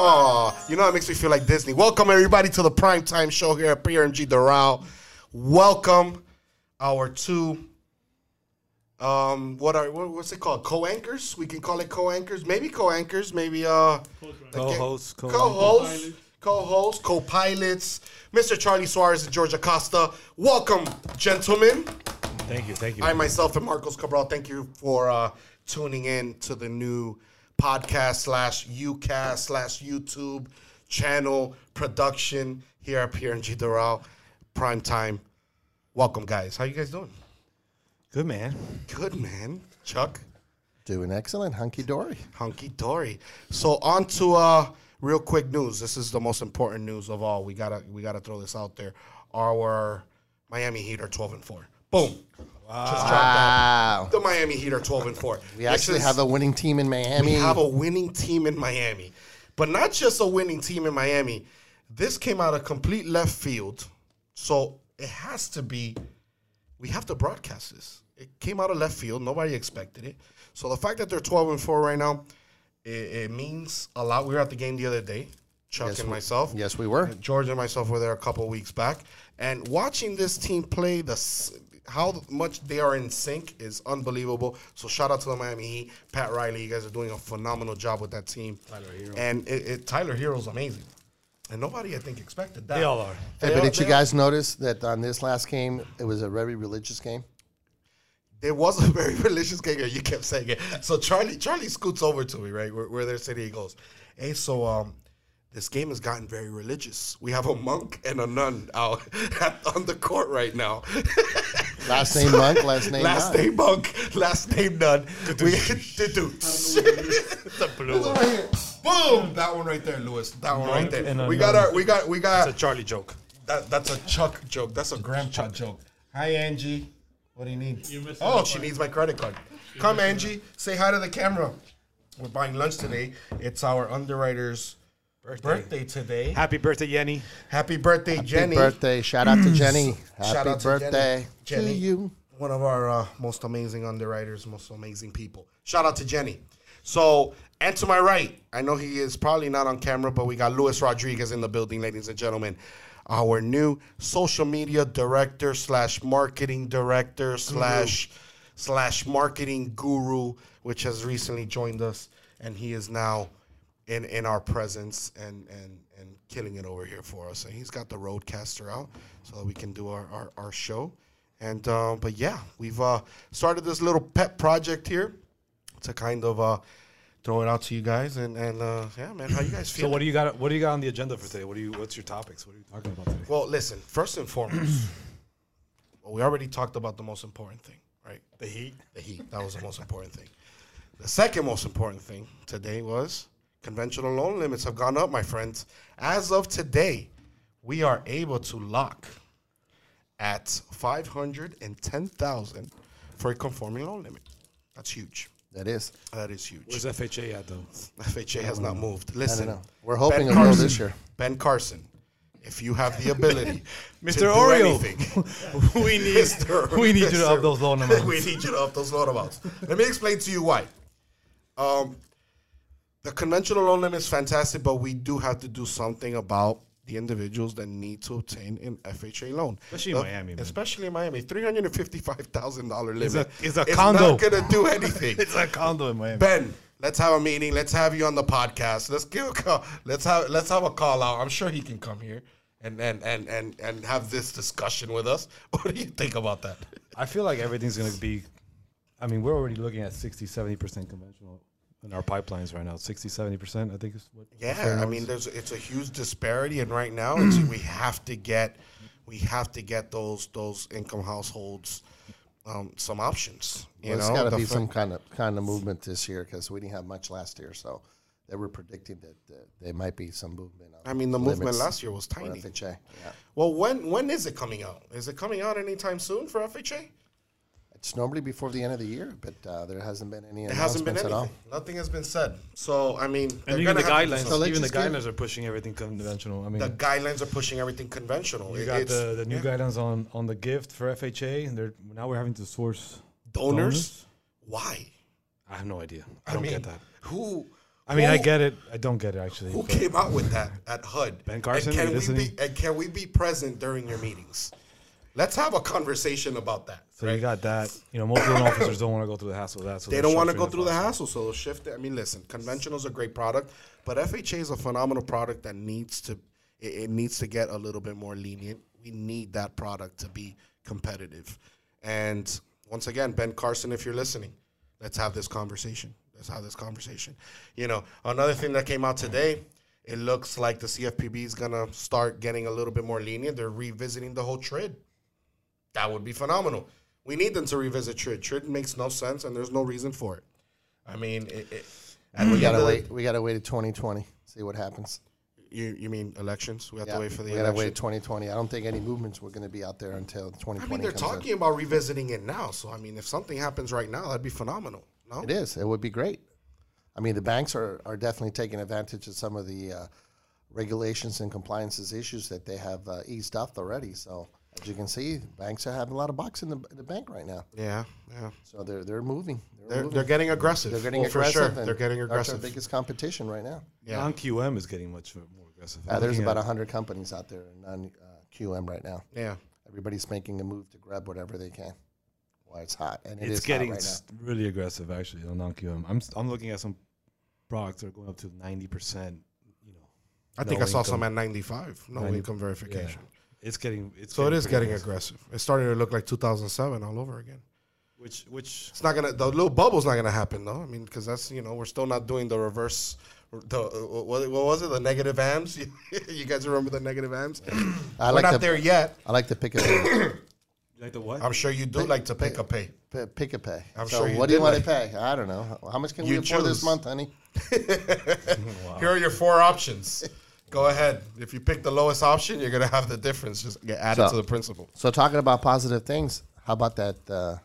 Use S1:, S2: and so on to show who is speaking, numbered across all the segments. S1: Oh, you know, it makes me feel like Disney. Welcome, everybody, to the primetime show here at PRMG Doral. Welcome, our two. Um, what are what, what's it called? Co-anchors? We can call it co-anchors. Maybe co-anchors. Maybe uh,
S2: Co-hosts,
S1: co
S2: co-
S1: co-hosts, co-hosts, co-pilots. Mr. Charlie Suarez and George Acosta. Welcome, gentlemen.
S3: Thank you, thank you.
S1: I myself and Marcos Cabral, thank you for uh, tuning in to the new podcast slash UCast slash YouTube channel production here at PRNG Doral Prime Time. Welcome, guys. How you guys doing?
S2: Good man.
S1: Good, man. Chuck,
S4: Doing excellent, hunky dory.
S1: hunky dory. So on to uh, real quick news. This is the most important news of all. We gotta we gotta throw this out there. Our Miami Heat are twelve and four. Boom. Just dropped that.
S4: Wow.
S1: The Miami Heat are twelve and four.
S4: We actually have a winning team in Miami.
S1: We have a winning team in Miami, but not just a winning team in Miami. This came out of complete left field, so it has to be. We have to broadcast this. It came out of left field. Nobody expected it. So the fact that they're twelve and four right now, it, it means a lot. We were at the game the other day, Chuck and myself.
S4: yes, we were.
S1: George and myself were there a couple weeks back, and watching this team play, the s- how much they are in sync is unbelievable. So shout out to the Miami Heat, Pat Riley. You guys are doing a phenomenal job with that team. Tyler Hero and it, it, Tyler Hero's amazing, and nobody I think expected that.
S3: They all are.
S4: Hey,
S1: They
S4: but
S1: are-
S4: did you
S1: they are-
S4: guys notice that on this last game, it was a very religious game?
S1: It was a very religious game. You kept saying it. So Charlie, Charlie scoots over to me, right? Where, where they're sitting, he goes, "Hey, so um, this game has gotten very religious. We have a monk and a nun out on the court right now."
S4: Last name Monk, last name
S1: last
S4: Nunn.
S1: name Monk, last name Nunn. We the dudes.
S3: The blue one.
S1: Boom! That one right there, Lewis. That one right
S3: Monk and
S1: there.
S3: a
S1: We got
S3: nun.
S1: our, we got, we
S3: It's a
S1: got.
S3: Charlie joke.
S1: That, that's a Chuck joke. That's a grandpa joke. Hi, Angie. What do you need?
S5: missed
S1: Oh,
S5: the
S1: she needs my credit card. Come, Angie. Say hi to the camera. We're buying lunch today. It's our underwriter's birthday, today.
S3: Happy birthday, Yenny.
S1: Happy birthday, Jenny. Mm.
S4: Happy birthday. Shout out to Jenny. Happy
S1: Shout out to
S4: birthday
S1: Jenny. Jenny.
S4: to you.
S1: one of our uh, most amazing underwriters, most amazing people. Shout out to Jenny. So, and to my right, I know he is probably not on camera, but we got Luis Rodriguez in the building, ladies and gentlemen. Our new social media director slash marketing director slash slash marketing guru, which has recently joined us, and he is now in in our presence and and and killing it over here for us. And he's got the roadcaster out so that we can do our our, our show. And uh, but yeah, we've uh, started this little pet project here to kind of uh, throw it out to you guys. And and uh, yeah, man, how you guys feel?
S3: So what do you got? What do you got on the agenda for today? What do you? What's your topics? What are you talking about today?
S1: well, listen, first and foremost, well, we already talked about the most important thing, right?
S3: The Heat.
S1: The heat. That was the most important thing. The second most important thing today was conventional loan limits have gone up, my friends. As of today, we are able to lock at 510,000 for a conforming loan limit. That's huge.
S4: That is.
S1: That is huge.
S3: Where's FHA at though?
S1: FHA has not moved. Listen,
S4: know. We're
S1: Ben
S4: hoping it'll grow
S1: Carson-
S4: this year.
S1: Ben Carson, if you have the ability, to
S3: Mr.
S1: do
S3: Oreo.
S1: anything,
S3: we need.
S1: Mr.
S3: We need you to
S1: Mr.
S3: up those loan amounts.
S1: we need you to up those loan amounts. Let me explain to you why. Um, the conventional loan limit is fantastic, but we do have to do something about the individuals that need to obtain an FHA loan,
S3: Especially in Miami, man.
S1: Especially in Miami, three hundred and fifty-five thousand dollar limit
S3: It's a- it's a
S1: is
S3: condo.
S1: not gonna do anything.
S3: It's a condo in Miami.
S1: Ben, let's have a meeting. Let's have you on the podcast. Let's give a call. Let's have let's have a call out. I'm sure he can come here and and and and and have this discussion with us. What do you think about that?
S3: I feel like everything's gonna be. I mean, we're already looking at 60, 70 percent conventional in our pipelines right now. 60, 70 percent. I think is what.
S1: Yeah, I mean, there's it's a huge disparity, and right now it's, we have to get we have to get those those income households um, some options. You
S4: There's
S1: know,
S4: got to
S1: The
S4: be
S1: fa-
S4: some kind of kind of movement this year because we didn't have much last year. So they were predicting that, that there might be some movement. on
S1: I mean, the movement
S4: limits
S1: last year was
S4: for
S1: tiny.
S4: FHA. Yeah.
S1: Well, when when is it coming out? Is it coming out anytime soon for FHA?
S4: It's normally before the end of the year, but uh, there hasn't been any
S1: It hasn't been
S4: announcements at
S1: anything.
S4: all.
S1: Nothing has been said. So I mean,
S3: And
S1: they're
S3: even
S1: gonna have
S3: the
S1: to do
S3: guidelines,
S1: something.
S4: So let's
S3: even the
S4: just give-
S3: guidelines are pushing everything conventional. I mean,
S1: the guidelines are pushing everything conventional.
S3: You
S1: It-
S3: got
S1: it's
S3: the, the new guidelines on, on the gift for FHA, and they're now we're having to source
S1: donors. Why?
S3: I have no idea. I, don't
S1: mean,
S3: get that.
S1: Who?
S3: I mean, I
S1: Who-
S3: get it. I don't get it actually.
S1: Who
S3: but
S1: came out with that at HUD?
S3: Ben Carson,
S1: And
S3: you
S1: can we
S3: listening?
S1: be and can we be present during your meetings? Let's have a conversation about that.
S3: So
S1: right?
S3: you got that. You know, most loan officers don't want to go through the hassle of that. So
S1: they
S3: they're
S1: don't want to
S3: structuring
S1: go through the
S3: process.
S1: hassle, so they'll shift it. I mean, listen, conventional is a great product, but FHA is a phenomenal product that needs to it, it needs to get a little bit more lenient. We need that product to be competitive. And once again, Ben Carson, if you're listening, let's have this conversation. Let's have this conversation. You know, another thing that came out today, it looks like the CFPB is gonna start getting a little bit more lenient. They're revisiting the whole TRID. That would be phenomenal. We need them to revisit Trid. Trid makes no sense, and there's no reason for it. I mean, it, it, and
S4: We gotta wait. We gotta wait to 2020. See what happens.
S1: You, you mean elections? We have
S4: Yeah,
S1: to wait for the
S4: we gotta
S1: election.
S4: wait 2020. I don't think any movements were gonna be out there until 2020.
S1: I mean, they're
S4: comes in.
S1: talking about revisiting it now. So I mean, if something happens right now, that'd be phenomenal. No,
S4: It is. It would be great. I mean, the banks are, are definitely taking advantage of some of the uh, regulations and compliances issues that they have uh, eased off already. So, as you can see, banks are having a lot of bucks in the, the bank right now.
S1: yeah, yeah.
S4: So they're they're moving. They're,
S1: They're,
S4: moving.
S1: they're getting aggressive.
S4: They're getting
S1: Oh,
S4: aggressive.
S1: For sure.
S4: and
S1: They're getting
S4: That's
S1: aggressive.
S4: our biggest competition right now.
S1: Yeah.
S3: Non-QM is getting much more aggressive.
S4: Uh,
S3: I'm
S4: there's
S3: looking
S4: about
S3: at-
S4: hundred companies out there in non uh, QM right now.
S1: yeah.
S4: Everybody's making a move to grab whatever they can. Why it's hot and it
S3: it's
S4: is
S3: getting
S4: hot right now.
S3: s- really aggressive actually on non-QM. I'm s- I'm looking at some products that are going up to 90%. You know,
S1: I think
S3: No
S1: I saw
S3: income.
S1: some at 95. No
S3: 90
S1: income
S3: yeah.
S1: verification.
S3: it's getting it's
S1: So it is
S3: pretty
S1: getting aggressive. It started to look like 2007 all over again.
S3: Which which
S1: It's not gonna. The little bubble's not gonna happen though. I mean, because that's you know we're still not doing the reverse. The uh, what, what was it? The negative AMs. you guys remember the negative AMs?
S4: I
S1: we're
S4: like
S1: not
S4: the
S1: there yet.
S4: I like to pick a
S3: like the what?
S1: I'm sure you do like to pick a pay.
S4: P- pick a pay.
S1: I'm
S4: so
S1: sure you
S4: what do you
S1: did
S4: want to
S1: like-
S4: pay? I don't know. How- How much can we
S1: You
S4: afford
S1: choose.
S4: this month, honey?
S1: Here are your four options. Go ahead. If you pick the lowest option, you're gonna have the difference just get added
S4: So-
S1: to the principal.
S4: So talking about positive things, how about that uh,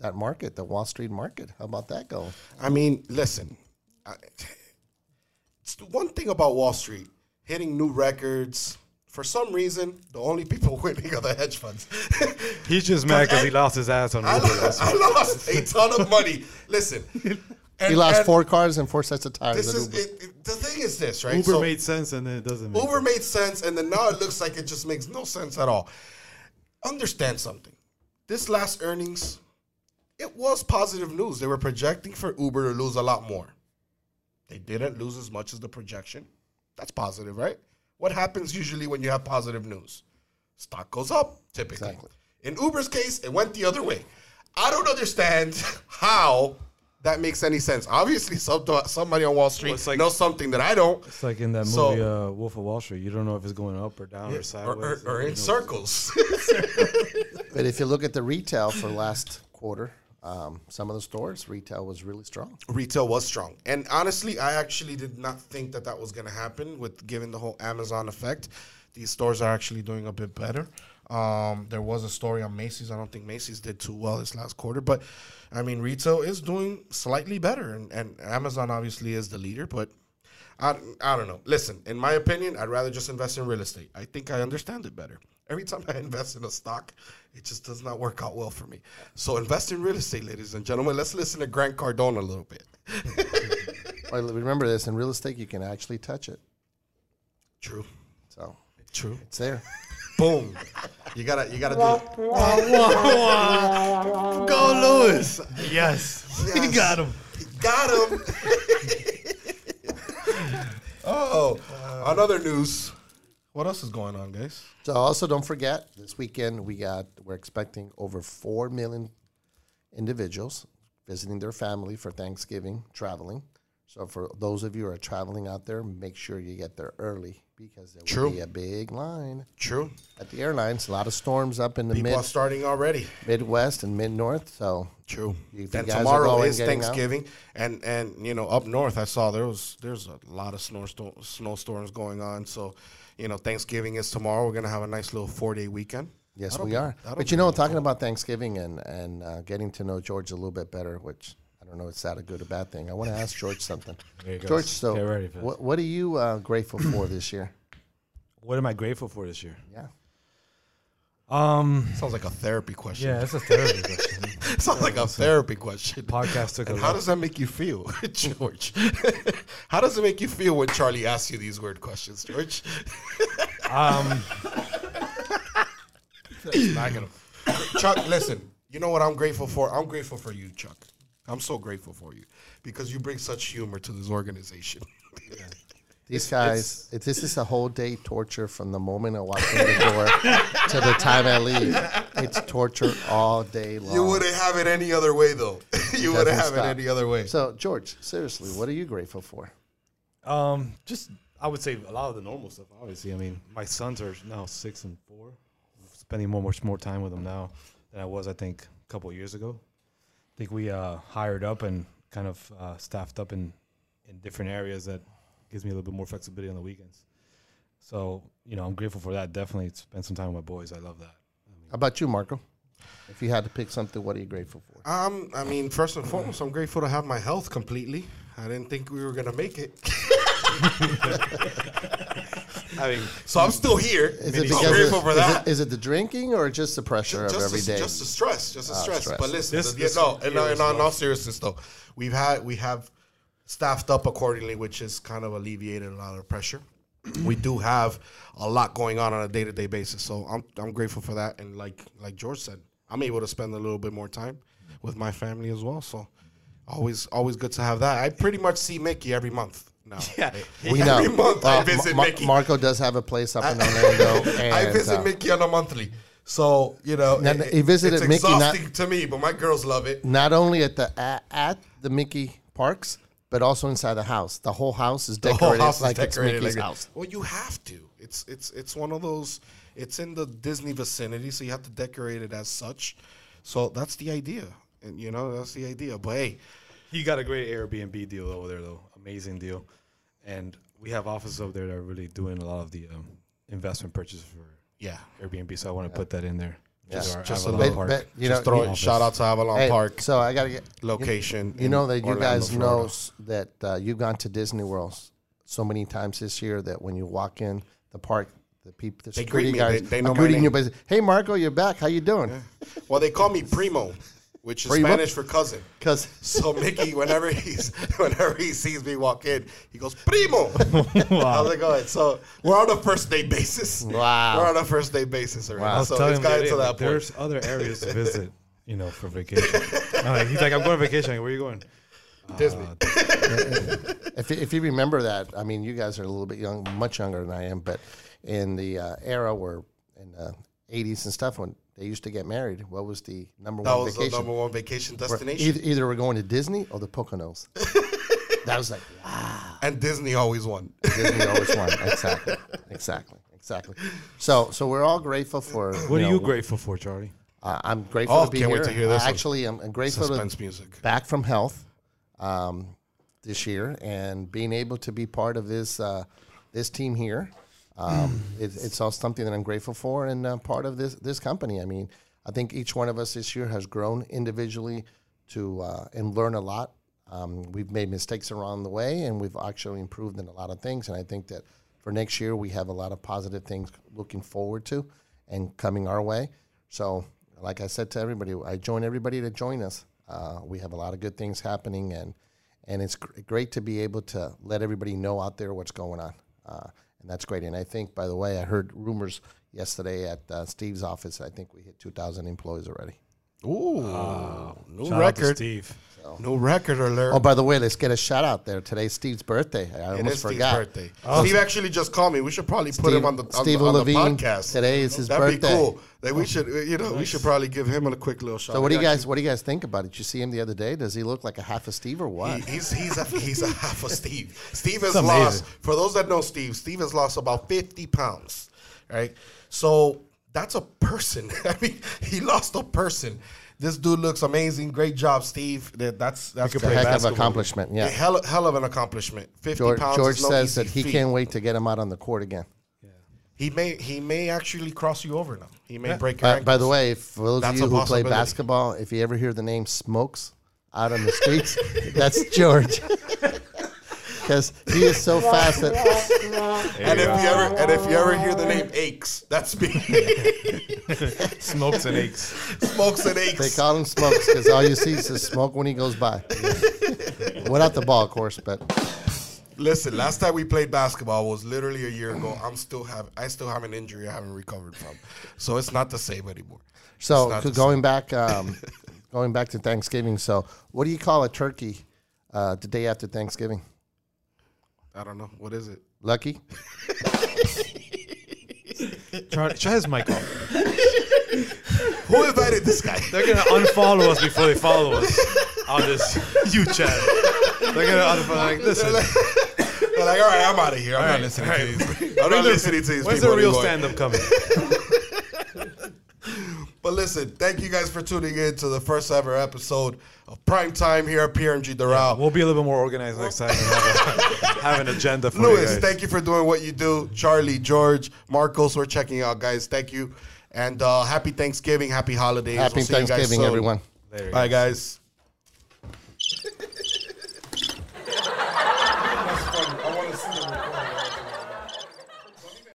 S4: that market, the Wall Street market? How about that going?
S1: I mean, listen. I, it's the one thing about Wall Street hitting new records. For some reason, the only people winning are the hedge funds.
S3: He's just mad because he lost his ass on
S1: I
S3: Uber.
S1: lost, I lost a ton of money. Listen,
S4: He
S1: and-
S4: lost
S1: and
S4: four cars and four sets of tires.
S1: This
S4: at
S1: is
S4: Uber.
S1: it, it- the thing. Is this right?
S3: Uber
S1: So
S3: made sense and then it doesn't. Make
S1: Uber made sense, and then now it looks like it just makes no sense at all. Understand something? This last earnings, it was positive news. They were projecting for Uber to lose a lot more. They didn't lose as much as the projection. That's positive, right? What happens usually when you have positive news? Stock goes up, typically.
S4: Exactly.
S1: In Uber's case, it went the other way. I don't understand how that makes any sense. Obviously, some, somebody on Wall Street
S3: it's like-
S1: knows something that I don't.
S3: It's like in that
S1: So-
S3: movie uh, Wolf of Wall Street. You don't know if it's going up or down or
S1: Or,
S3: sideways.
S1: or, or
S3: You
S1: in
S3: know.
S1: circles.
S4: But if you look at the retail for last quarter, um, some of the stores retail was really strong.
S1: retail was strong. And honestly, I actually did not think that that was going to happen with given the whole Amazon effect. These stores are actually doing a bit better. Um, there was a story on Macy's. I don't think Macy's did too well this last quarter, but I mean, retail is doing slightly better, and, and Amazon obviously is the leader. But I, I don't know. Listen, in my opinion, I'd rather just invest in real estate. I think I understand it better. Every time I invest in a stock, it just does not work out well for me. So invest in real estate, ladies and gentlemen. Let's listen to Grant Cardone a little bit.
S4: Well, remember this in real estate, you can actually touch it.
S1: True.
S4: So
S1: True.
S4: it's there.
S1: Boom. You gotta you gotta do it.
S3: Go Lewis. Yes.
S1: Yes.
S3: got him.
S1: Got him. oh. Another news. What else is going on, guys?
S4: So also don't forget this weekend we got we're expecting over four million individuals visiting their family for Thanksgiving traveling. So for those of you who are traveling out there, make sure you get there early because there will
S1: True.
S4: be a big line
S1: True.
S4: at the airlines. A lot of storms up in the
S1: People
S4: mid
S1: are starting already.
S4: Midwest and mid North. So
S1: True.
S4: If you
S1: And
S4: guys are
S1: tomorrow
S4: going,
S1: is
S4: getting out.
S1: Thanksgiving, and and you know up north, I saw there was there's a lot of snow snowstorms going on. So, you know, Thanksgiving is tomorrow. We're gonna have a nice little four day weekend.
S4: Yes,
S1: That'll
S4: we
S1: be-
S4: are.
S1: that'll
S4: But
S1: be
S4: you know,
S1: really
S4: talking
S1: cool.
S4: about Thanksgiving and and uh, getting to know George a little bit better, which I don't know, it's that a good or bad thing. I want to ask George something.
S3: There you go.
S4: George, so
S3: Get ready for this.
S4: what, what are you uh, grateful for this year?
S3: What am I grateful for this year?
S4: Yeah,
S3: Um,
S1: Sounds like a therapy question.
S3: yeah, it's a therapy question.
S1: Sounds like a therapy question.
S3: Podcast took a
S1: And how
S3: left.
S1: does that make you feel, George? how does it make you feel when Charlie asks you these weird questions, George?
S3: Um,
S1: Smack him. Chuck, listen. You know what I'm grateful for? I'm grateful for you, Chuck. I'm so grateful for you because you bring such humor to this organization.
S4: These guys, it, this is a whole day torture from the moment I walk in the door to the time I leave. It's torture all day long.
S1: You wouldn't have it any other way, though. you wouldn't have
S4: Doesn't stop.
S1: it any other way.
S4: So, George, seriously, what are you grateful for?
S3: um, just I would say a lot of the normal stuff. Obviously, I mean, my sons are now six and four. I'm spending more much more time with them now than I was, I think, a couple years ago. I think we uh, hired up and kind of uh, staffed up in in different areas that gives me a little bit more flexibility on the weekends. So you know, I'm grateful for that. Definitely spend some time with my boys. I love that.
S4: How about you, Marco? If you had to pick something, what are you grateful for?
S1: Um, I mean, first and foremost, I'm grateful to have my health completely. I didn't think we were gonna make it,
S3: I mean,
S1: so I'm still here. I'm
S4: of-
S1: grateful for
S4: is
S1: that.
S4: it- is it the drinking or just the pressure of
S1: just
S4: every
S1: the,
S4: day? Ah,
S1: Just the stress, just the stress.
S4: stress.
S1: But listen,
S3: This-
S1: the-
S3: this
S1: no,
S3: year
S1: in, in,
S3: is
S1: in all
S3: rough.
S1: seriousness though, we've had we have staffed up accordingly, which has kind of alleviated a lot of pressure. we do have a lot going on on a day to day basis, so I'm I'm grateful for that. And like like George said, I'm able to spend a little bit more time with my family as well. So always always good to have that. I pretty much see Mickey every month now.
S3: yeah,
S4: we know.
S1: Every month I
S4: Uh,
S1: visit
S4: Ma- Ma-
S1: Mickey.
S4: Marco does have a place up in Orlando. And,
S1: I visit
S4: uh,
S1: Mickey on a monthly. So you know,
S4: No, no, he visited
S1: it's
S4: Mickey, not-
S1: exhausting to me, but my girls love it.
S4: not only at the at, at the Mickey parks, but also inside the house. The whole house is
S1: The
S4: decorated
S1: whole house
S4: like
S1: is decorated
S4: it's
S1: like
S4: Mickey's
S1: that.
S4: house.
S1: Well, you have to. It's it's it's one of those. It's in the Disney vicinity, so you have to decorate it as such. So that's the idea, and you know that's the idea. But hey,
S3: He got a great Airbnb deal over there, though. Amazing deal. And we have offices over there that are really doing a lot of the um, investment purchases for
S1: yeah,
S3: Airbnb. So I want to put that in there. Just,
S1: just a
S3: a
S1: little-
S3: little park.
S4: But- but- You
S1: just
S4: know,
S1: throw
S4: you-
S1: it. Shout out to Avalon
S4: Hey,
S1: Park
S4: So I gotta get.
S1: location.
S4: You
S1: in
S4: know that you
S1: Orlando,
S4: guys
S1: Florida.
S4: know s- that uh, you've gone to Disney World s- so many times this year that when you walk in the park, the people, the
S1: They greet
S4: security
S1: me.
S4: guys,
S1: They- they
S4: are
S1: know my
S4: greeting you.
S1: name.
S4: But hey, Marco, you're back. How you doing?
S1: Well, they call me primo, which is
S4: Primo?
S1: Spanish for cousin.
S4: Because
S1: So Mickey, whenever he's whenever he sees me walk in, he goes primo. How's it going? So we're on a first day basis.
S4: Wow.
S1: we're on a first day basis already.
S3: I was
S1: So
S3: telling
S1: it's
S3: him the other
S1: gotten
S3: day,
S1: to
S3: like,
S1: that point.
S3: there's other areas to visit, you know, for vacation. I'm like- he's like, I'm going on vacation. I'm like, Where are you going? uh,
S1: Disney.
S4: if, if you remember that, I mean, you guys are a little bit young, much younger than I am, but in the uh, era where in the 80s and stuff, when they used to get married, what was the number
S1: That
S4: one
S1: was
S4: vacation?
S1: the number one vacation destination,
S4: either, either we're going to Disney or the Poconos. that was like, wow.
S1: and Disney always won.
S4: Disney always won. Exactly. Exactly. Exactly. So, so we're all grateful for.
S3: What are
S4: know,
S3: you grateful for, Charlie?
S4: Uh, I'm grateful
S1: Oh,
S4: to be
S1: can't
S4: here.
S1: wait to hear this
S4: I
S1: one.
S4: actually, I'm, I'm grateful
S1: Suspense
S4: to
S1: music.
S4: back from health um, this year and being able to be part of this uh, this team here. Um,
S1: Hmm.
S4: it, it's all something that I'm grateful for and uh, part of this this company. I mean, I think each one of us this year has grown individually to uh, and learn a lot. Um, we've made mistakes along the way, and we've actually improved in a lot of things. And I think that for next year, we have a lot of positive things looking forward to and coming our way. So, like I said to everybody, I join everybody to join us. Uh, we have a lot of good things happening, and and it's gr- great to be able to let everybody know out there what's going on, uh, and that's great. And I think, by the way, I heard rumors yesterday at uh, Steve's office. I think we hit 2,000 employees already.
S1: Ooh,
S3: Shout
S1: new
S3: out to
S1: record,
S3: Steve.
S1: new record alert.
S4: Oh, by the way, let's get a shout out there. Today's Steve's birthday. I
S1: it
S4: almost
S1: is Steve's
S4: forgot.
S1: birthday.
S3: Oh.
S1: Steve actually just called me. We should probably put
S4: Steve-
S1: him on the on,
S4: Steve
S1: the, on the
S4: Levine.
S1: podcast.
S4: Today is his
S1: That'd be
S4: birthday.
S1: cool. That we should, you know, we should probably give him a quick little shout.
S4: So, what do
S1: He
S4: you guys? What do you guys think about it? Did you see him the other day? Does he look like a half a Steve or what?
S1: He- he's he's a, he's a half of Steve. Steve has
S3: amazing.
S1: lost. For those that know Steve, Steve has lost about fifty pounds. Right, so that's a person. I mean, he lost a person. This dude looks amazing. Great job, Steve. That, that's that's
S3: could
S4: a
S3: play
S4: heck of
S3: basketball.
S4: accomplishment.
S1: a
S4: Yeah.
S1: hell, hell of an accomplishment. Fifty
S4: George,
S1: pounds.
S4: George
S1: is no
S4: says
S1: easy
S4: that he
S1: feat.
S4: can't wait to get him out on the court again.
S1: He may he may actually cross you over now. He may break your
S4: Uh, By, by the
S1: ankles.
S4: way, if- for those
S1: That's
S4: of
S1: a
S4: you who play
S1: possibility.
S4: basketball, if you ever hear the name Smokes out on the streets, that's George. because he is so fast that
S1: and if you ever and if you ever hear the name Aches, that's me.
S3: Smokes and aches.
S1: Smokes and
S4: they
S1: Aches.
S4: call him Smokes because all you see is the smoke when he goes by. Without the ball, of course, but
S1: Listen, last time we played basketball was literally a year ago. I'm still have I still have an injury I haven't recovered from, so it's not the same anymore. It's
S4: so
S1: not the
S4: going back, um, going back to Thanksgiving. So, what do you call a turkey uh, the day after Thanksgiving?
S1: I don't know what is it.
S4: Lucky.
S3: Try, try his mic off.
S1: Who invited this guy?
S3: They're gonna unfollow us before they follow us on this YouTube channel. They're gonna unfollow. Like, listen,
S1: They're like, all right, I'm out of here. I'm
S3: All
S1: not
S3: right,
S1: listening
S3: all
S1: to
S3: right.
S1: these. I'm not listening to these.
S3: when's
S1: people
S3: the real
S1: anymore.
S3: stand-up coming?
S1: But listen, thank you guys for tuning in to the first ever episode of Prime Time here at PRMG Doral.
S3: We'll be a little bit more organized next time. And have, a, have an agenda for you
S1: Lewis,
S3: guys.
S1: thank you for doing what you do. Charlie, George, Marcos, we're checking out, guys. Thank you. And uh, happy Thanksgiving, happy holidays.
S4: Happy
S1: We'll see you guys
S4: Thanksgiving,
S1: soon.
S4: everyone.
S3: Later,
S1: Bye, guys. I want to see the recording.